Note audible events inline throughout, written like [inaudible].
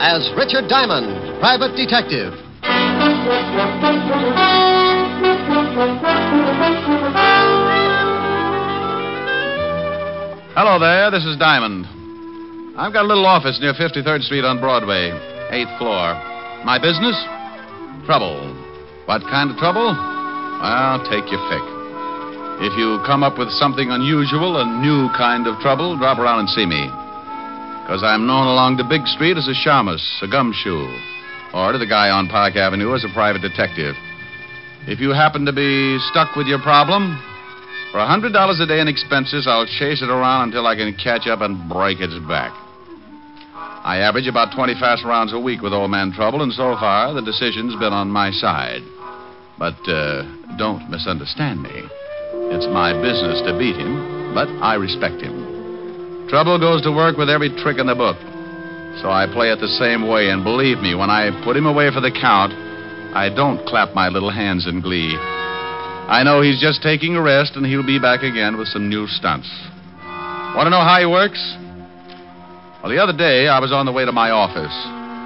as Richard Diamond, private detective. Hello there, this is Diamond. I've got a little office near 53rd Street on Broadway, 8th floor. My business? Trouble. What kind of trouble? Well, take your pick. If you come up with something unusual, a new kind of trouble, drop around and see me. Because I'm known along the big street as a shamus, a gumshoe, or to the guy on Park Avenue as a private detective. If you happen to be stuck with your problem, for a hundred dollars a day in expenses, I'll chase it around until I can catch up and break its back. I average about 20 fast rounds a week with old man trouble, and so far the decision's been on my side. But uh, don't misunderstand me. It's my business to beat him, but I respect him. Trouble goes to work with every trick in the book. So I play it the same way, and believe me, when I put him away for the count, I don't clap my little hands in glee. I know he's just taking a rest, and he'll be back again with some new stunts. Want to know how he works? Well, the other day, I was on the way to my office.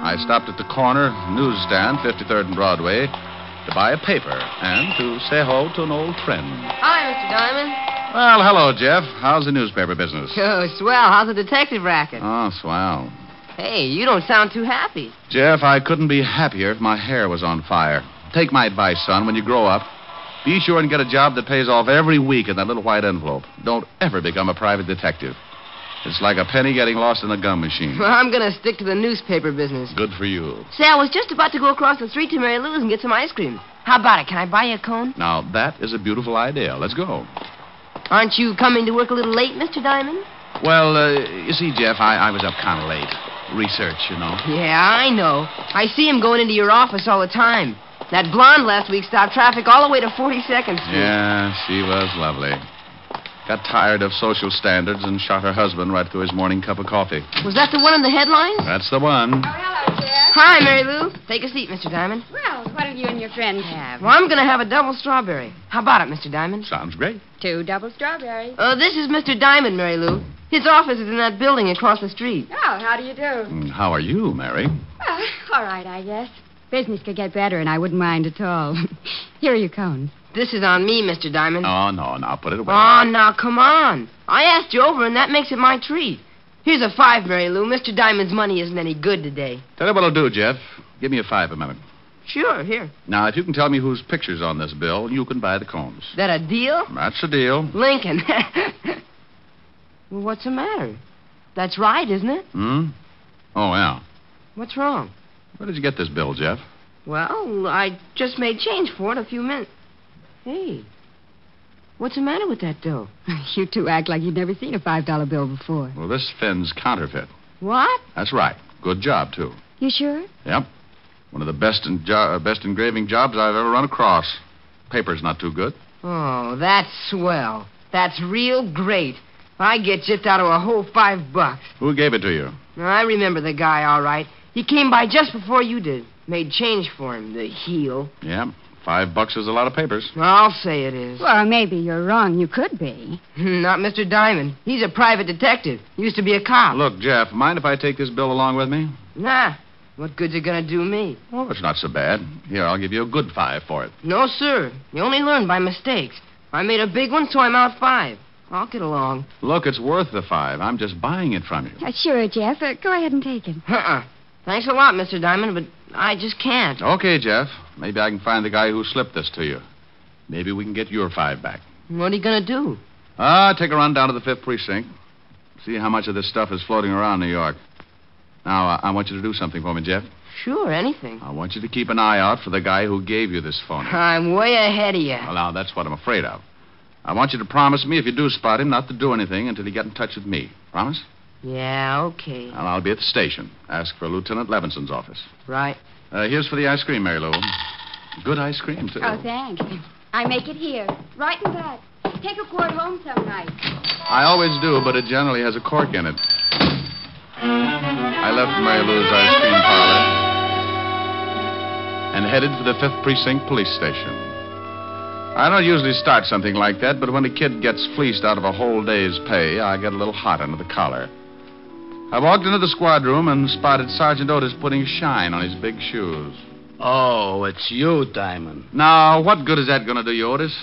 I stopped at the corner newsstand, 53rd and Broadway, to buy a paper and to say hello to an old friend. Hi, Mr. Diamond. Well, hello, Jeff. How's the newspaper business? [laughs] Oh, swell. How's the detective racket? Oh, swell. Hey, you don't sound too happy. [laughs] Jeff, I couldn't be happier if my hair was on fire. Take my advice, son. When you grow up, be sure and get a job that pays off every week in that little white envelope. Don't ever become a private detective. It's like a penny getting lost in a gum machine. Well, I'm going to stick to the newspaper business. Good for you. Say, I was just about to go across the street to Mary Lou's and get some ice cream. How about it? Can I buy you a cone? Now, that is a beautiful idea. Let's go. Aren't you coming to work a little late, Mr. Diamond? Well, uh, you see, Jeff, I, I was up kind of late. Research, you know. Yeah, I know. I see him going into your office all the time. That blonde last week stopped traffic all the way to 42nd Street. Yeah, she was lovely. Got tired of social standards and shot her husband right through his morning cup of coffee. Was that the one in the headlines? That's the one. Hello, Jeff. Hi, Mary Lou. Take a seat, Mr. Diamond. Well, what have you and your friend have? Well, I'm going to have a double strawberry. How about it, Mr. Diamond? Sounds great. Two double strawberries. Uh, this is Mr. Diamond, Mary Lou. His office is in that building across the street. Oh, how do you do? Mm, How are you, Mary? Well, all right, I guess. Business could get better, and I wouldn't mind at all. [laughs] Here are your cones. [laughs] This is on me, Mr. Diamond. Oh, no, now put it away. Oh, now, come on. I asked you over, and that makes it my treat. Here's a five, Mary Lou. Mr. Diamond's money isn't any good today. Tell you what I'll do, Jeff. Give me a five a minute. Sure, here. Now, if you can tell me whose picture's on this bill, you can buy the cones. That a deal? That's the deal. Lincoln. [laughs] well, what's the matter? That's right, isn't it? Hmm? Oh, yeah. What's wrong? Where did you get this bill, Jeff? Well, I just made change for it a few minutes. Hey, what's the matter with that dough? You two act like you'd never seen a $5 bill before. Well, this Finn's counterfeit. What? That's right. Good job, too. You sure? Yep. One of the best, in jo- uh, best engraving jobs I've ever run across. Paper's not too good. Oh, that's swell. That's real great. I get just out of a whole five bucks. Who gave it to you? Now, I remember the guy all right. He came by just before you did. Made change for him, the heel. Yeah, five bucks is a lot of papers. I'll say it is. [laughs] Well, maybe you're wrong. You could be. Not Mr. Diamond. He's a private detective. Used to be a cop. Look, Jeff, mind if I take this bill along with me? Nah. What good's it gonna do me? Oh, it's not so bad. Here, I'll give you a good five for it. No, sir. You only learn by mistakes. I made a big one, so I'm out five. I'll get along. Look, it's worth the five. I'm just buying it from you. Uh, sure, Jeff. Uh, go ahead and take him. Uh-uh. Thanks a lot, Mr. Diamond, but I just can't. Okay, Jeff. Maybe I can find the guy who slipped this to you. Maybe we can get your five back. What are you gonna do? Ah, take a run down to the fifth precinct. See how much of this stuff is floating around New York. Now, uh, I, I want you to do something for me, Jeff. Sure, anything. I want you to keep an eye out for the guy who gave you this [laughs] phone. I'm way ahead of you. Well, now, that's what I'm afraid of. I want you to promise me, if you do spot him, not to do anything until you get in touch with me. Promise? Yeah, okay. Well, I'll be at the station. Ask for Lieutenant Levinson's office. Right. Uh, here's for the ice cream, Mary Lou. Good ice cream, too. Oh, thanks. I make it here. Right in bed. Take a quart home some night. I always do, but it generally has a cork in it. I left Mary Lou's ice cream parlor and headed for the 5th Precinct Police Station. I don't usually start something like that, but when a kid gets fleeced out of a whole day's pay, I get a little hot under the collar. I walked into the squad room and spotted Sergeant Otis putting shine on his big shoes. Oh, it's you, Diamond. Now, what good is that going to do you, Otis?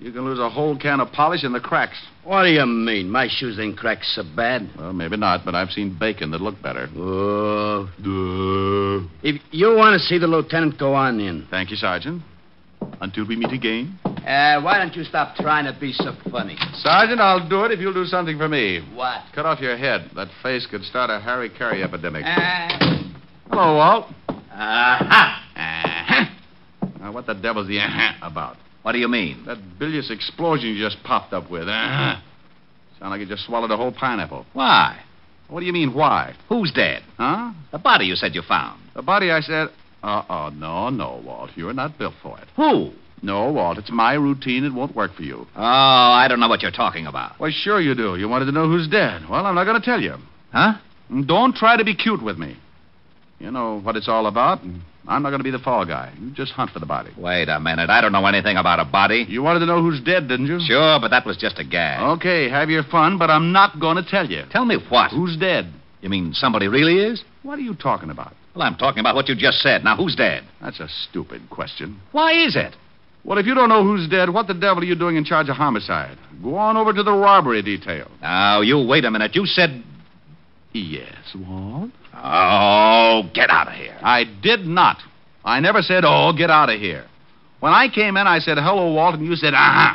You can lose a whole can of polish in the cracks. What do you mean? My shoes ain't cracked so bad. Well, maybe not, but I've seen bacon that looked better. Uh, Oh, if you want to see the lieutenant, go on in. Thank you, Sergeant. Until we meet again. Uh, why don't you stop trying to be so funny? Sergeant, I'll do it if you'll do something for me. What? Cut off your head. That face could start a Harry Carey epidemic. Uh, Hello, Walt. aha! Uh-huh. Now, what the devil's the uh-huh about? What do you mean? That bilious explosion you just popped up with. Uh-huh. Sound like you just swallowed a whole pineapple. Why? What do you mean, why? Who's dead? Huh? The body you said you found. The body, I said. Uh-oh, no, no, Walt. You're not built for it. Who? No, Walt, it's my routine. It won't work for you. Oh, I don't know what you're talking about. Why, sure you do. You wanted to know who's dead. Well, I'm not going to tell you. Huh? And Don't try to be cute with me. You know what it's all about, and I'm not going to be the fall guy. You just hunt for the body. Wait a minute. I don't know anything about a body. You wanted to know who's dead, didn't you? Sure, but that was just a gag. Oh. Okay, have your fun, but I'm not going to tell you. Tell me what. Who's dead? You mean somebody really is? What are you talking about? Well, I'm talking about what you just said. Now, who's dead? That's a stupid question. Why is it? Well, if you don't know who's dead, what the devil are you doing in charge of homicide? Go on over to the robbery detail. Now, you wait a minute. You said. Yes, Walt? Oh, get out of here. I did not. I never said, oh, get out of here. When I came in, I said, hello, Walt, and you said, uh huh.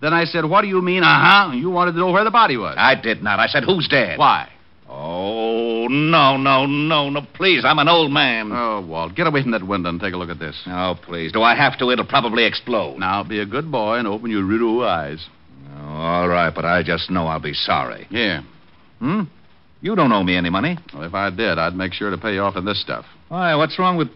Then I said, what do you mean, uh huh? And you wanted to know where the body was. I did not. I said, who's dead? Why? Oh, no, no, no, no. Please, I'm an old man. Oh, Walt, get away from that window and take a look at this. oh, please. Do I have to? It'll probably explode. Now, be a good boy and open your riddle eyes. Oh, all right, but I just know I'll be sorry. Here. Hmm? You don't owe me any money. Well, if I did, I'd make sure to pay you off in this stuff. Why, what's wrong with.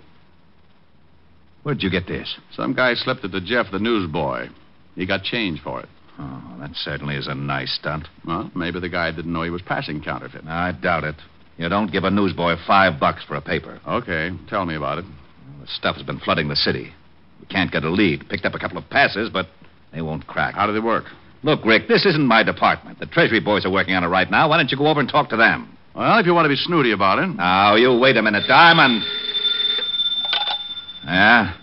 Where'd you get this? Some guy slipped it to Jeff, the newsboy. He got change for it. Oh, that certainly is a nice stunt. Well, maybe the guy didn't know he was passing counterfeit. I doubt it. You don't give a newsboy five bucks for a paper. Okay, tell me about it. The stuff has been flooding the city. We can't get a lead. Picked up a couple of passes, but they won't crack. How did it work? Look, Rick, this isn't my department. The Treasury boys are working on it right now. Why don't you go over and talk to them? Well, if you want to be snooty about it. Now, you wait a minute, Diamond. Yeah?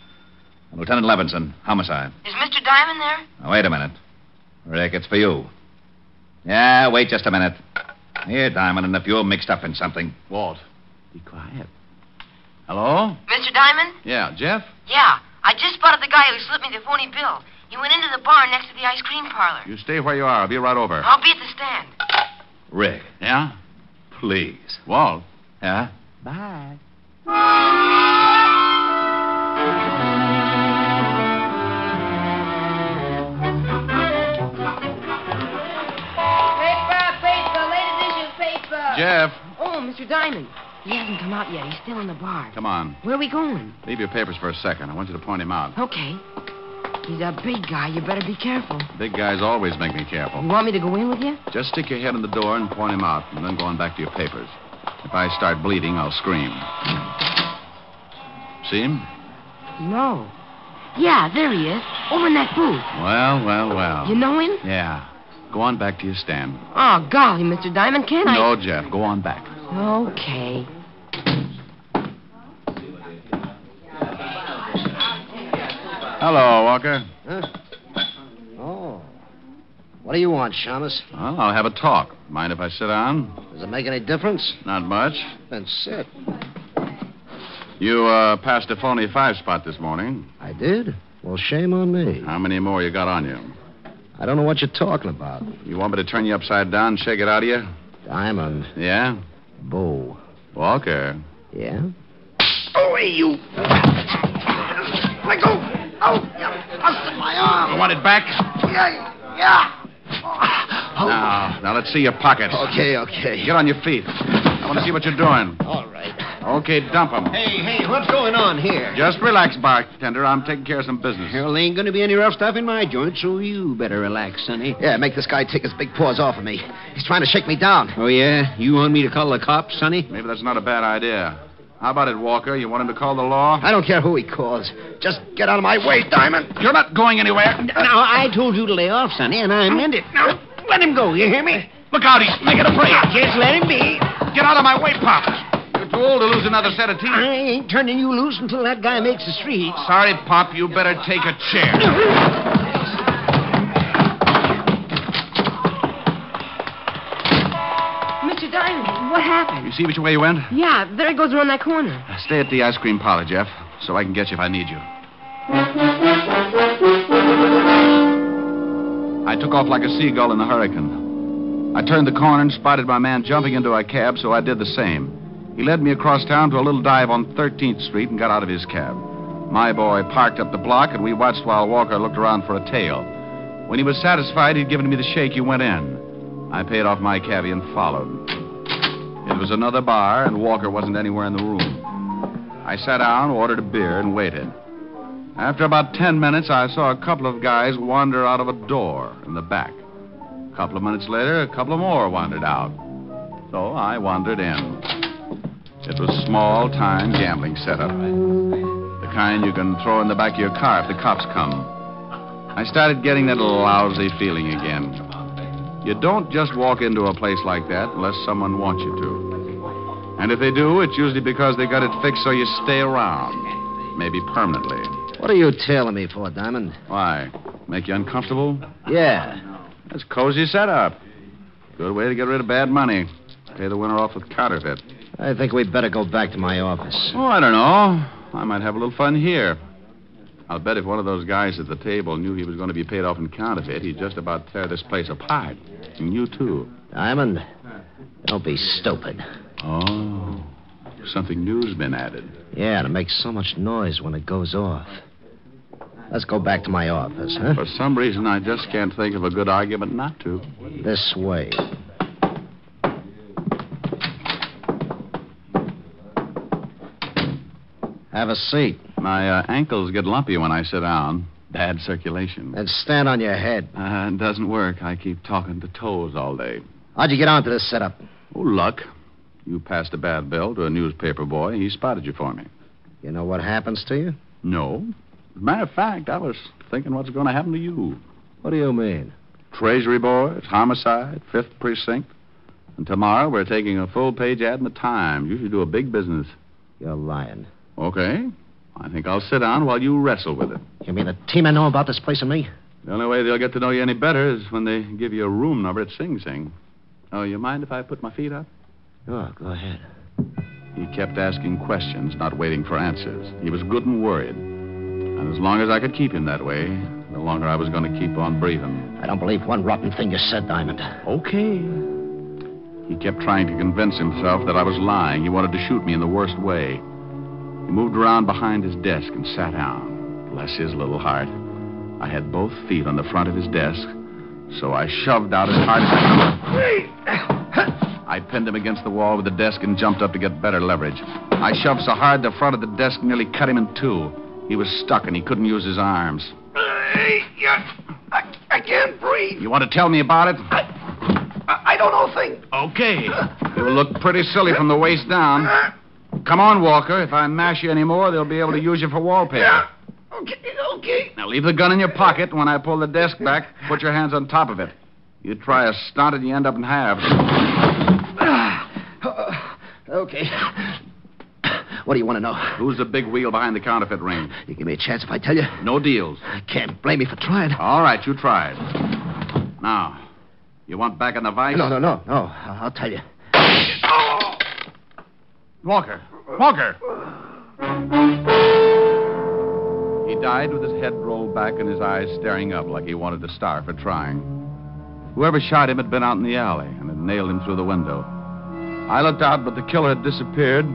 Lieutenant Levinson, homicide. Is Mr. Diamond there? Now, wait a minute. Rick, it's for you. Yeah, wait just a minute. Here, Diamond, and if you're mixed up in something. Walt. Be quiet. Hello? Mr. Diamond? Yeah, Jeff? Yeah. I just spotted the guy who slipped me the phony bill. He went into the bar next to the ice cream parlor. You stay where you are. I'll be right over. I'll be at the stand. Rick, Yeah? please. Walt. Yeah? Paper, paper, late edition paper. Jeff. Oh, Mr. Diamond. He hasn't come out yet. He's still in the bar. Come on. Where are we going? Leave your papers for a second. I want you to point him out. Okay. He's a big guy. You better be careful. Big guys always make me careful. You want me to go in with you? Just stick your head in the door and point him out, and then go on back to your papers. If I start bleeding, I'll scream. See him? No. Yeah, there he is. Over in that booth. Well, well, well. You know him? Yeah. Go on back to your stand. Oh, golly, Mr. Diamond, can't No, Jeff. Go on back. I? Okay. Hello, Walker. Huh? Oh. What do you want, Shamus? Well, I'll have a talk. Mind if I sit down? Does it make any difference? Not much. Then sit. You uh, passed a phony five spot this morning. I did? Well, shame on me. How many more you got on you? I don't know what you're talking about. You want me to turn you upside down, and shake it out of you? Diamond. Yeah? Bo. Walker. Yeah? Oh, hey, you. Let go. Oh, busted my arm. You want it back? Yeah. yeah. Oh. Now, now let's see your pockets. Okay, okay. Get on your feet. I want to see what you're doing. All right. Okay, dump 'em. Hey, hey, what's going on here? Just relax, bartender. I'm taking care of some business. Well, ain't gonna be any rough stuff in my joint, so you better relax, sonny. Yeah, make this guy take his big paws off of me. He's trying to shake me down. Oh, yeah? You want me to call the cops, sonny? Maybe that's not a bad idea. How about it, Walker? You want him to call the law? I don't care who he calls. Just get out of my way, Diamond. You're not going anywhere. Now, I told you to lay off, sonny, and I meant it. Now, let him go, you hear me? Look out, he's making a break. Just let him be. Pop! Get out of my way, Pop! You're too old to lose another set of teeth. I ain't turning you loose until that guy makes the streets. Sorry, Pop, you better take a chair. Mr. Diamond, what happened? You see which way you went? Uh, Yeah, there it goes around that corner. Stay at the ice cream parlor, Jeff, so I can get you if I need you. I took off like a seagull in a hurricane. I turned the corner and spotted my man jumping into a cab, so I did the same. He led me across town to a little dive on 13th Street and got out of his cab. My boy parked up the block, and we watched while Walker looked around for a tail. When he was satisfied he'd given me the shake, he went in. I paid off my cabbie and followed. It was another bar, and Walker wasn't anywhere in the room. I sat down, ordered a beer, and waited. After about ten minutes, I saw a couple of guys wander out of a door in the back. A couple of minutes later, a couple of more wandered out. So I wandered in. It was small time gambling setup. The kind you can throw in the back of your car if the cops come. I started getting that lousy feeling again. You don't just walk into a place like that unless someone wants you to. And if they do, it's usually because they got it fixed so you stay around, maybe permanently. What are you telling me for, Diamond? Why? Make you uncomfortable? Yeah. That's cozy setup. Good way to get rid of bad money. Pay the winner off with counterfeit. I think we'd better go back to my office. Oh, I don't know. I might have a little fun here. I'll bet if one of those guys at the table knew he was going to be paid off in counterfeit, he'd just about tear this place apart. And you, too. Diamond, don't be stupid. Oh. Something new's been added. Yeah, and it makes so much noise when it goes off. Let's go back to my office, huh? For some reason, I just can't think of a good argument not to. This way. Have a seat My uh, ankles get lumpy when I sit down. Bad circulation. and stand on your head. Uh, it doesn't work. I keep talking to toes all day. How'd you get onto this setup? Oh, luck. You passed a bad bill to a newspaper boy. He spotted you for me. You know what happens to you? No. As a matter of fact, I was thinking what's going to happen to you. What do you mean? Treasury boys, homicide, fifth precinct. And tomorrow we're taking a full page ad in the Times. You should do a big business. You're lying. Okay. I think I'll sit down while you wrestle with it. You mean the team I know about this place and me? The only way they'll get to know you any better is when they give you a room number at Sing Sing. Oh, you mind if I put my feet up? Oh, go ahead. He kept asking questions, not waiting for answers. He was good and worried. And as long as I could keep him that way, the longer I was going to keep on breathing. I don't believe one rotten thing you said, Diamond. Okay. He kept trying to convince himself that I was lying. He wanted to shoot me in the worst way. He moved around behind his desk and sat down. Bless his little heart. I had both feet on the front of his desk, so I shoved out as hard as I could. I pinned him against the wall with the desk and jumped up to get better leverage. I shoved so hard the front of the desk nearly cut him in two. He was stuck and he couldn't use his arms. I, I can't breathe. You want to tell me about it? I, I don't know a thing. Okay. [laughs] You'll look pretty silly from the waist down. Come on, Walker. If I mash you any more, they'll be able to use you for wallpaper. Okay, okay. Now leave the gun in your pocket. When I pull the desk back, put your hands on top of it. You try a stunt and you end up in halves. [sighs] Okay. What do you want to know? Who's the big wheel behind the counterfeit ring? You give me a chance if I tell you? No deals. I can't blame you for trying. All right, you tried. Now, you want back in the vice? No, no, no, no. I- I'll tell you. Walker. Walker. He died with his head rolled back and his eyes staring up like he wanted to starve for trying. Whoever shot him had been out in the alley and had nailed him through the window. I looked out, but the killer had disappeared,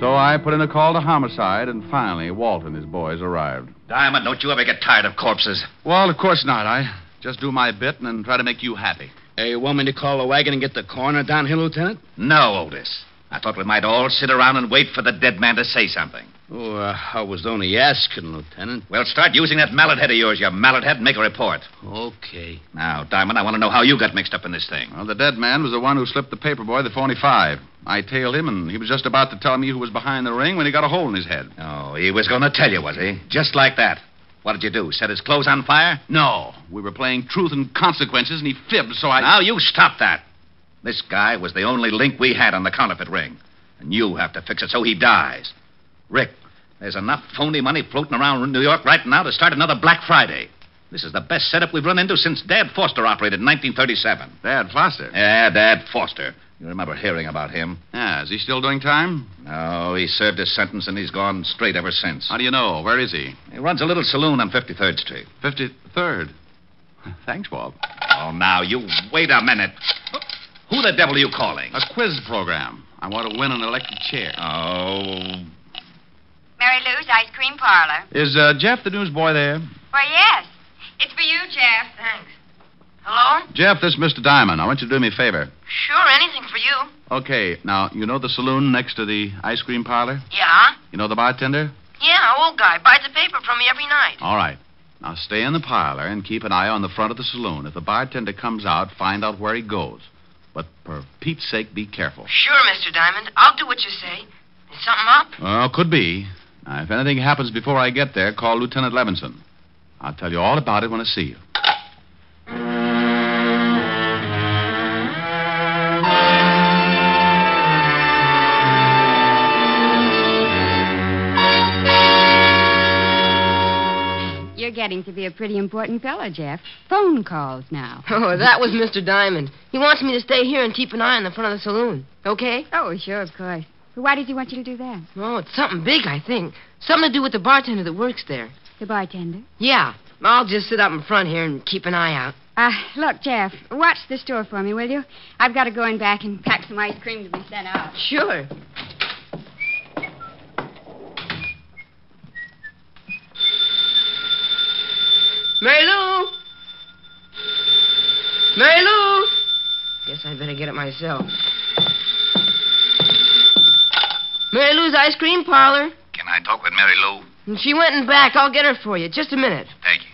so I put in a call to homicide, and finally Walt and his boys arrived. Diamond, don't you ever get tired of corpses. Walt, of course not. I just do my bit and then try to make you happy. Hey, you want me to call the wagon and get the coroner down here, Lieutenant? No, Otis. I thought we might all sit around and wait for the dead man to say something. Oh, uh, I was only asking, Lieutenant. Well, start using that mallet head of yours, your mallet head, and make a report. Okay. Now, Diamond, I want to know how you got mixed up in this thing. Well, the dead man was the one who slipped the paper boy the 45. I tailed him, and he was just about to tell me who was behind the ring when he got a hole in his head. Oh, he was going to tell you, was he? Just like that. What did you do? Set his clothes on fire? No, we were playing truth and consequences, and he fibbed, so I. Now, you stop that. This guy was the only link we had on the counterfeit ring. And you have to fix it so he dies. Rick, there's enough phony money floating around New York right now to start another Black Friday. This is the best setup we've run into since Dad Foster operated in 1937. Dad Foster. Yeah, Dad Foster. You remember hearing about him. Yeah, is he still doing time? No, he served his sentence and he's gone straight ever since. How do you know? Where is he? He runs a little saloon on 53rd Street. 53rd. Thanks, Bob. Oh, now, you wait a minute. Who the devil are you calling? A quiz program. I want to win an electric chair. Oh, Mary Lou's Ice Cream Parlor. Is uh, Jeff the newsboy there? Why, yes. It's for you, Jeff. Thanks. Hello? Jeff, this is Mr. Diamond. I want you to do me a favor. Sure, anything for you. Okay, now, you know the saloon next to the ice cream parlor? Yeah? You know the bartender? Yeah, old guy. Buys a paper from me every night. All right. Now stay in the parlor and keep an eye on the front of the saloon. If the bartender comes out, find out where he goes. But for Pete's sake, be careful. Sure, Mr. Diamond. I'll do what you say. Is something up? Well, could be. Now, if anything happens before I get there, call Lieutenant Levinson. I'll tell you all about it when I see you. You're getting to be a pretty important fellow, Jeff. Phone calls now. [laughs] Oh, that was Mr. Diamond. He wants me to stay here and keep an eye on the front of the saloon. Okay? Oh, sure, of course. But Why does he want you to do that? Oh, it's something big, I think. Something to do with the bartender that works there. The bartender? Yeah. I'll just sit up in front here and keep an eye out. Uh, look, Jeff, watch the store for me, will you? I've got to go in back and pack some ice cream to be sent out. Sure. Mary Lou! Mary Lou! Guess I better get it myself. Mary Lou's ice cream parlor. can I talk with Mary Lou? And she went in back. I'll get her for you. Just a minute. Thank you.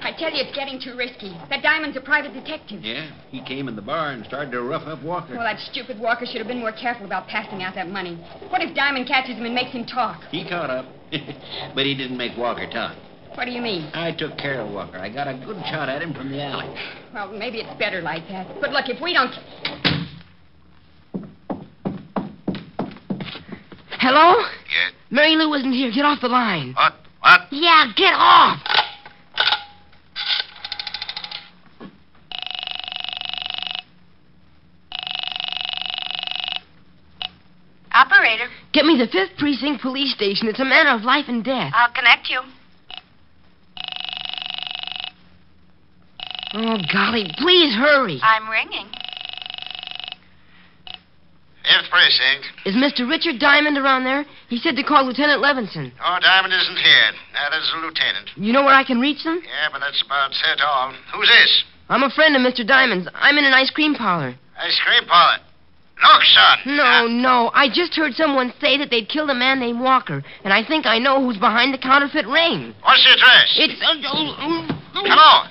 I tell you, it's getting too risky. That diamond's a private detective. Yeah, he came in the bar and started to rough up Walker. Well, that stupid Walker should have been more careful about passing out that money. What if Diamond catches him and makes him talk? He caught up, [laughs] but he didn't make Walker talk. What do you mean? I took care of Walker. I got a good shot at him from the alley. Well, maybe it's better like that. But look, if we don't. Hello? Yeah. Mary Lou isn't here. Get off the line. What? What? Yeah, get off! Operator, Get me the 5th Precinct Police Station. It's a matter of life and death. I'll connect you. Oh, golly, please hurry. I'm ringing. Fifth precinct. Is Mr. Richard Diamond around there? He said to call Lieutenant Levinson. Oh, Diamond isn't here. That is the lieutenant. You know where I can reach them? Yeah, but that's about it all. Who's this? I'm a friend of Mr. Diamond's. I'm in an ice cream parlor. Ice cream parlor. Look, son. Uh, No, no. I just heard someone say that they'd killed a man named Walker, and I think I know who's behind the counterfeit ring. What's the address? It's. Hello? Hello.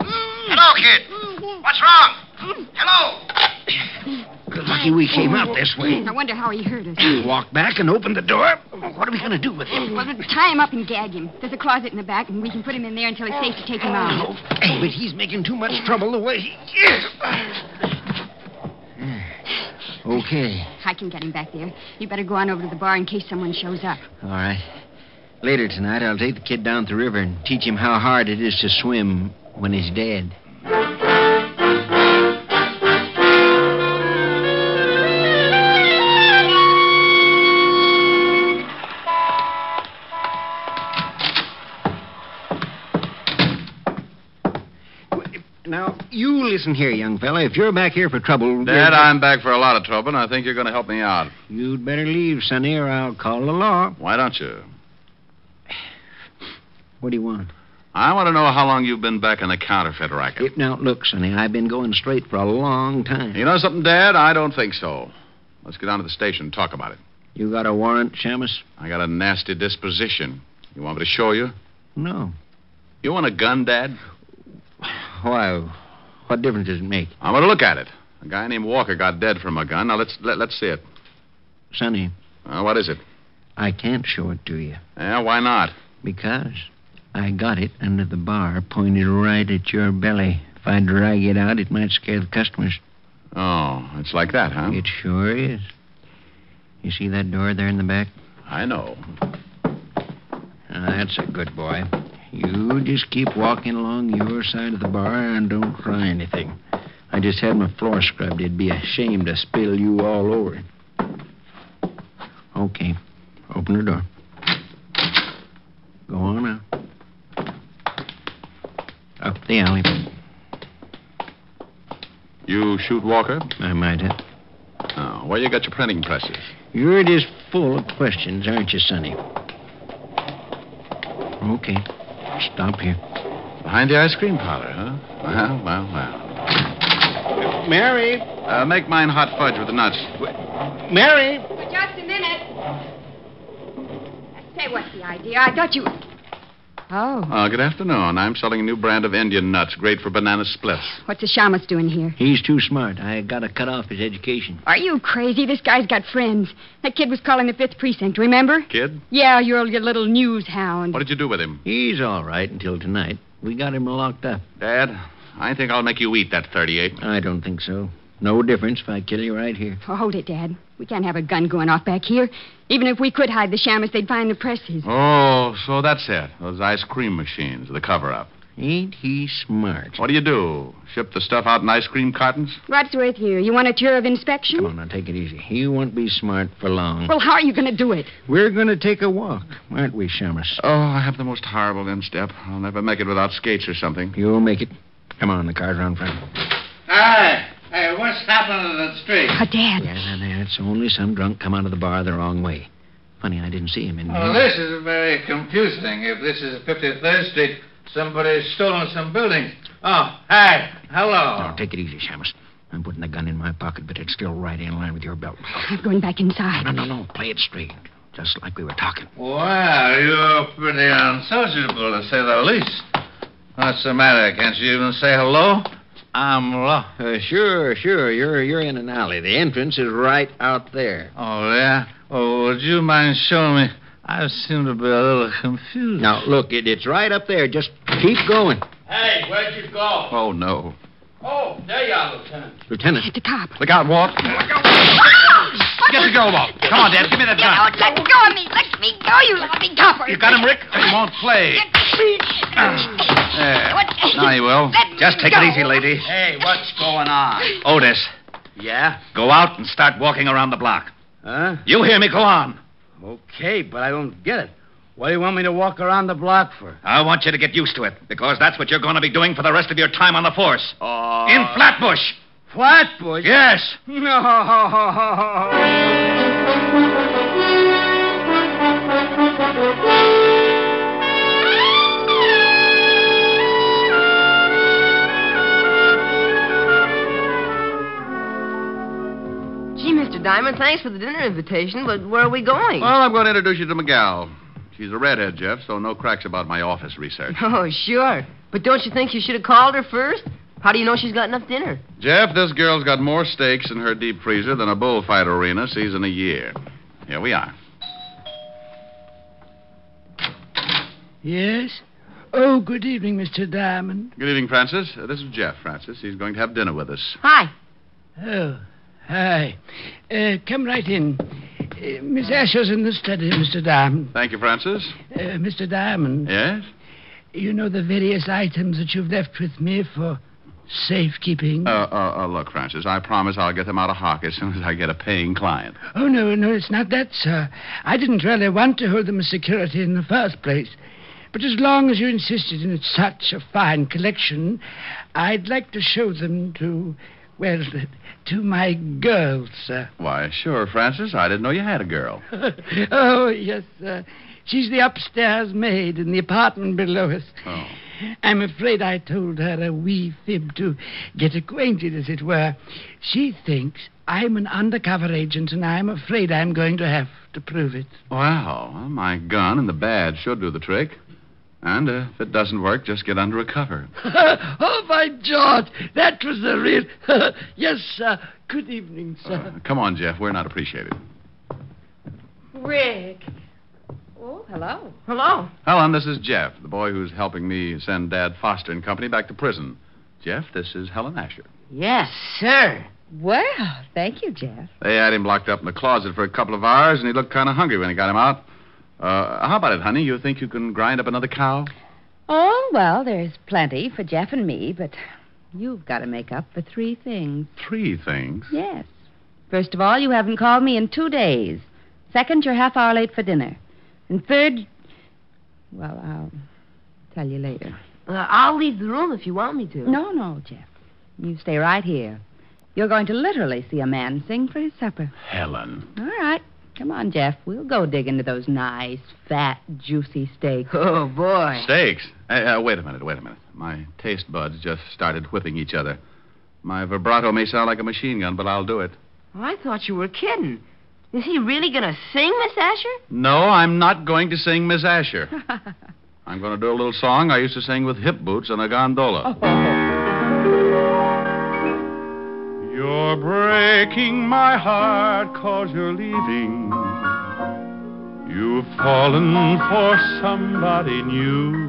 Hello, kid. What's wrong? Hello. Good lucky we came out this way. I wonder how he hurt us. We walked back and opened the door. What are we going to do with him? Well, we'll tie him up and gag him. There's a closet in the back, and we can put him in there until it's safe to take him out. Oh, but he's making too much trouble the way he is. [sighs] Okay. I can get him back there. You better go on over to the bar in case someone shows up. All right. Later tonight, I'll take the kid down to the river and teach him how hard it is to swim when he's dead. Now, you listen here, young fella. If you're back here for trouble, Dad, I'm back for a lot of trouble, and I think you're going to help me out. you'd better leave, Sonny, or I'll call the law. Why don't you? What do you want? I want to know how long you've been back in the counterfeit racket. It, now, look, Sonny, I've been going straight for a long time. You know something, Dad? I don't think so. Let's get down to the station and talk about it. You got a warrant, Shamus? I got a nasty disposition. You want me to show you? No. You want a gun, Dad? Why? What difference does it make? I want to look at it. A guy named Walker got dead from a gun. Now let's let, let's see it. Sonny, Uh, what is it? I can't show it to you Yeah, why not? because I got it under the bar pointed right at your belly, I drag it out, it might scare the customers. Oh, it's like that, huh? It sure is. You see that door there in the back? I know. Now, Uh, that's a good boy. You just keep walking along your side of the bar and don't try anything. I just had my floor scrubbed. It'd be a shame to spill you all over it. Okay. Open the door. Go on out. Up the alley. You shoot Walker? I might have. Oh, where you got your printing presses? You're just full of questions, aren't you, Sonny? Okay. Stop here. Behind the ice cream parlor, huh? Well, well, well. Mary! Uh, make mine hot fudge with the nuts. Mary! For just a minute. Say, what's the idea? I thought you. Oh, Uh, good afternoon. I'm selling a new brand of Indian nuts, great for banana splits. what's the shamus doing here? He's too smart. I gotta cut off his education. Are you crazy? This guy's got friends. That kid was calling the fifth precinct, remember? Kid, Yeah, you're your little news hound. what did you do with him? He's all right until tonight. We got him locked up. Dad, I think I'll make you eat that 38. I don't think so. No difference if I kill you right here. Oh, hold it, Dad. We can't have a gun going off back here. Even if we could hide the shamus, they'd find the presses. Oh, so that's it. Those ice cream machines, the cover up. Ain't he smart? What do you do? Ship the stuff out in ice cream cartons? Wadsworth here. You want a tour of inspection? Come on, now take it easy. He won't be smart for long. Well, how are you going to do it? We're going to take a walk, aren't we, Shamus? Oh, I have the most horrible instep. I'll never make it without skates or something. You'll make it. Come on, the car's around front. Hey, hey, what's happening in the street? Oh, Dad. Yeah, now, now, it's only some drunk come out of the bar the wrong way. Funny, I didn't see him in there. Well, this is very confusing. If this is 53rd Street, somebody's stolen some buildings. Oh, hey, hello. Oh, Now, take it easy, Shamus. I'm putting the gun in my pocket, but it's still right in line with your belt. I'm going back inside. No, no, no. Play it straight. Just like we were talking. Well, you're pretty unsociable, to say the least. What's the matter? Can't you even say hello? I'm lost. Uh, sure, sure. You're you're in an alley. The entrance is right out there. Oh, yeah? Oh, would you mind showing me? I seem to be a little confused. Now look, it, it's right up there. Just keep going, Hey, where'd you go? Oh, no. Oh, there you are, Lieutenant. Lieutenant. It's a cop. Look out, Walt. Get the go, Walt. Come on, Dad. Give me that You gun. won't let go of me. Let me go, you lousy copper. You got him, Rick? He won't play. There. Now he will. Just take it easy, lady. Hey, what's going on? Otis, Yeah? go out and start walking around the block. Huh? You hear me? Go on. Okay, but I don't get it. What do you want me to walk around the block for? I want you to get used to it, because that's what you're going to be doing for the rest of your time on the force. Uh, In Flatbush. Flatbush? Yes. [laughs] No. Gee, Mr. Diamond, thanks for the dinner invitation, but where are we going? Oh. Well, I'm going to introduce you to Miguel. She's a redhead, Jeff, so no cracks about my [laughs] office research. Oh, sure. But don't you think you should have called her first? How do you know she's got enough dinner? Jeff, this girl's got more steaks in her deep freezer than a bullfight arena sees in a year. Here we are. Yes? Oh, good evening, Mr. Diamond. Good evening, Francis. Uh, this is Jeff, Francis. He's going to have dinner with us. Hi. Oh, hi. Uh, come right in. Uh, Miss Asher's in the study, Mr. Diamond. Thank you, Francis. Uh, Mr. Diamond, Yes? you know the various items that you've left with me for safekeeping? Uh, uh, uh, look, Francis, I promise I'll get them out of hock as soon as I get a paying client. Oh, no, no, it's not that, sir. I didn't really want to hold them as security in the first place. But as long as you insisted in it's such a fine collection, I'd like to show them to, well, [laughs] to my girls, sir. Why, sure, Francis. I didn't know you had a girl. [laughs] oh, yes, sir. She's the upstairs maid in the apartment below us. Oh. I'm afraid I told her a wee fib to get acquainted, as it were. She thinks I'm an undercover agent, and I'm afraid I'm going to have to prove it. Wow. Well, my gun and the badge should do the trick. And uh, if it doesn't work, just get under a cover. [laughs] oh, my George, that was the real. [laughs] yes, sir. Good evening, sir. Uh, Come on, Jeff. We're not appreciated. Rick. Oh, hello. Hello. Helen, this is Jeff, the boy who's helping me send Dad Foster and Company back to prison. Jeff, this is Helen Asher. Yes, sir. Well, thank you, Jeff. They had him locked up in the closet for a couple of hours, and he looked kind of hungry when he got him out. Uh, how about it, honey? You think you can grind up another cow? Oh, well, there's plenty for Jeff and me, but you've got to make up for three things. Three things. Yes. First of all, you haven't called me in two days. Second, you're half hour late for dinner. And third, well, I'll tell you later. Uh, I'll leave the room if you want me to. No, no, Jeff. You stay right here. You're going to literally see a man sing for his supper. Helen. All right. Come on, Jeff. We'll go dig into those nice, fat, juicy steaks. Oh, boy. Steaks? Uh, uh, wait a minute, wait a minute. My taste buds just started whipping each other. My vibrato may sound like a machine gun, but I'll do it. Oh, I thought you were kidding. Is he really going to sing, Miss Asher? No, I'm not going to sing Miss Asher. I'm going to do a little song I used to sing with hip boots on a gondola. You're breaking my heart cause you're leaving. You've fallen for somebody new.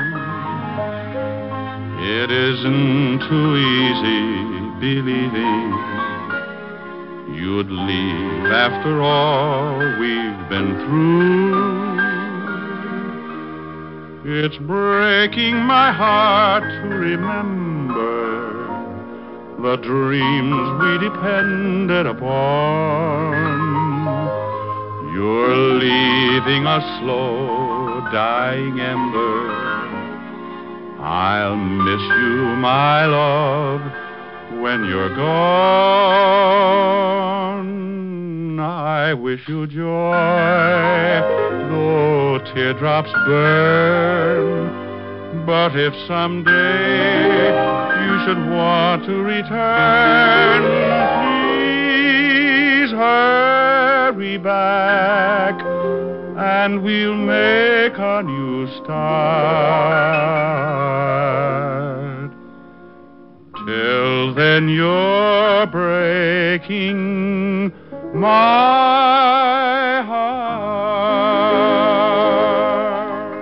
It isn't too easy believing you'd leave after all we've been through. It's breaking my heart to remember the dreams we depended upon. You're leaving a slow dying ember. I'll miss you, my love, when you're gone. I wish you joy, though teardrops burn. But if someday you should want to return, please hurry back and we'll make a new start. Till then, you're breaking my heart.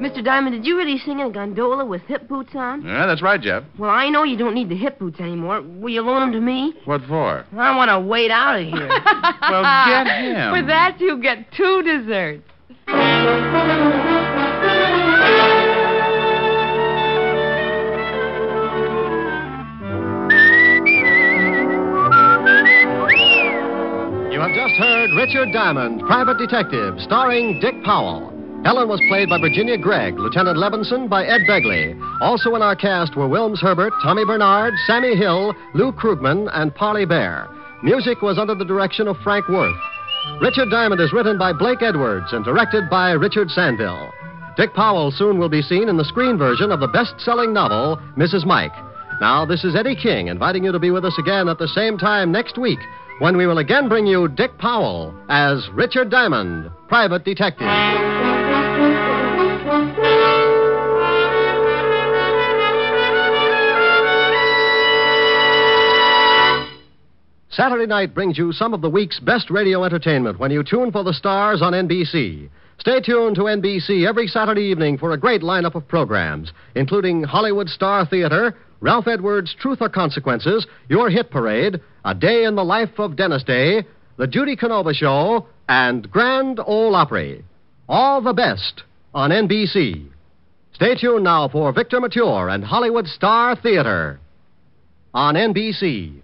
Mr. Diamond, did you really sing in a gondola with hip boots on? Yeah, that's right, Jeff. Well, I know you don't need the hip boots anymore. Will you loan them to me? What for? I want to wait out of [laughs] here. well, get him. For that, you get two desserts. You have just heard Richard Diamond, Private Detective, starring Dick Powell. Helen was played by Virginia Gregg, Lieutenant Levinson by Ed Begley. Also in our cast were Wilms Herbert, Tommy Bernard, Sammy Hill, Lou Krugman, and Polly Bear. Music was under the direction of Frank Worth. Richard Diamond is written by Blake Edwards and directed by Richard Sandville. Dick Powell soon will be seen in the screen version of the best selling novel, Mrs. Mike. Now, this is Eddie King inviting you to be with us again at the same time next week when we will again bring you Dick Powell as Richard Diamond, private detective. Saturday night brings you some of the week's best radio entertainment when you tune for the stars on NBC. Stay tuned to NBC every Saturday evening for a great lineup of programs, including Hollywood Star Theater, Ralph Edwards' Truth or Consequences, Your Hit Parade, A Day in the Life of Dennis Day, The Judy Canova Show, and Grand Ole Opry. All the best on NBC. Stay tuned now for Victor Mature and Hollywood Star Theater on NBC.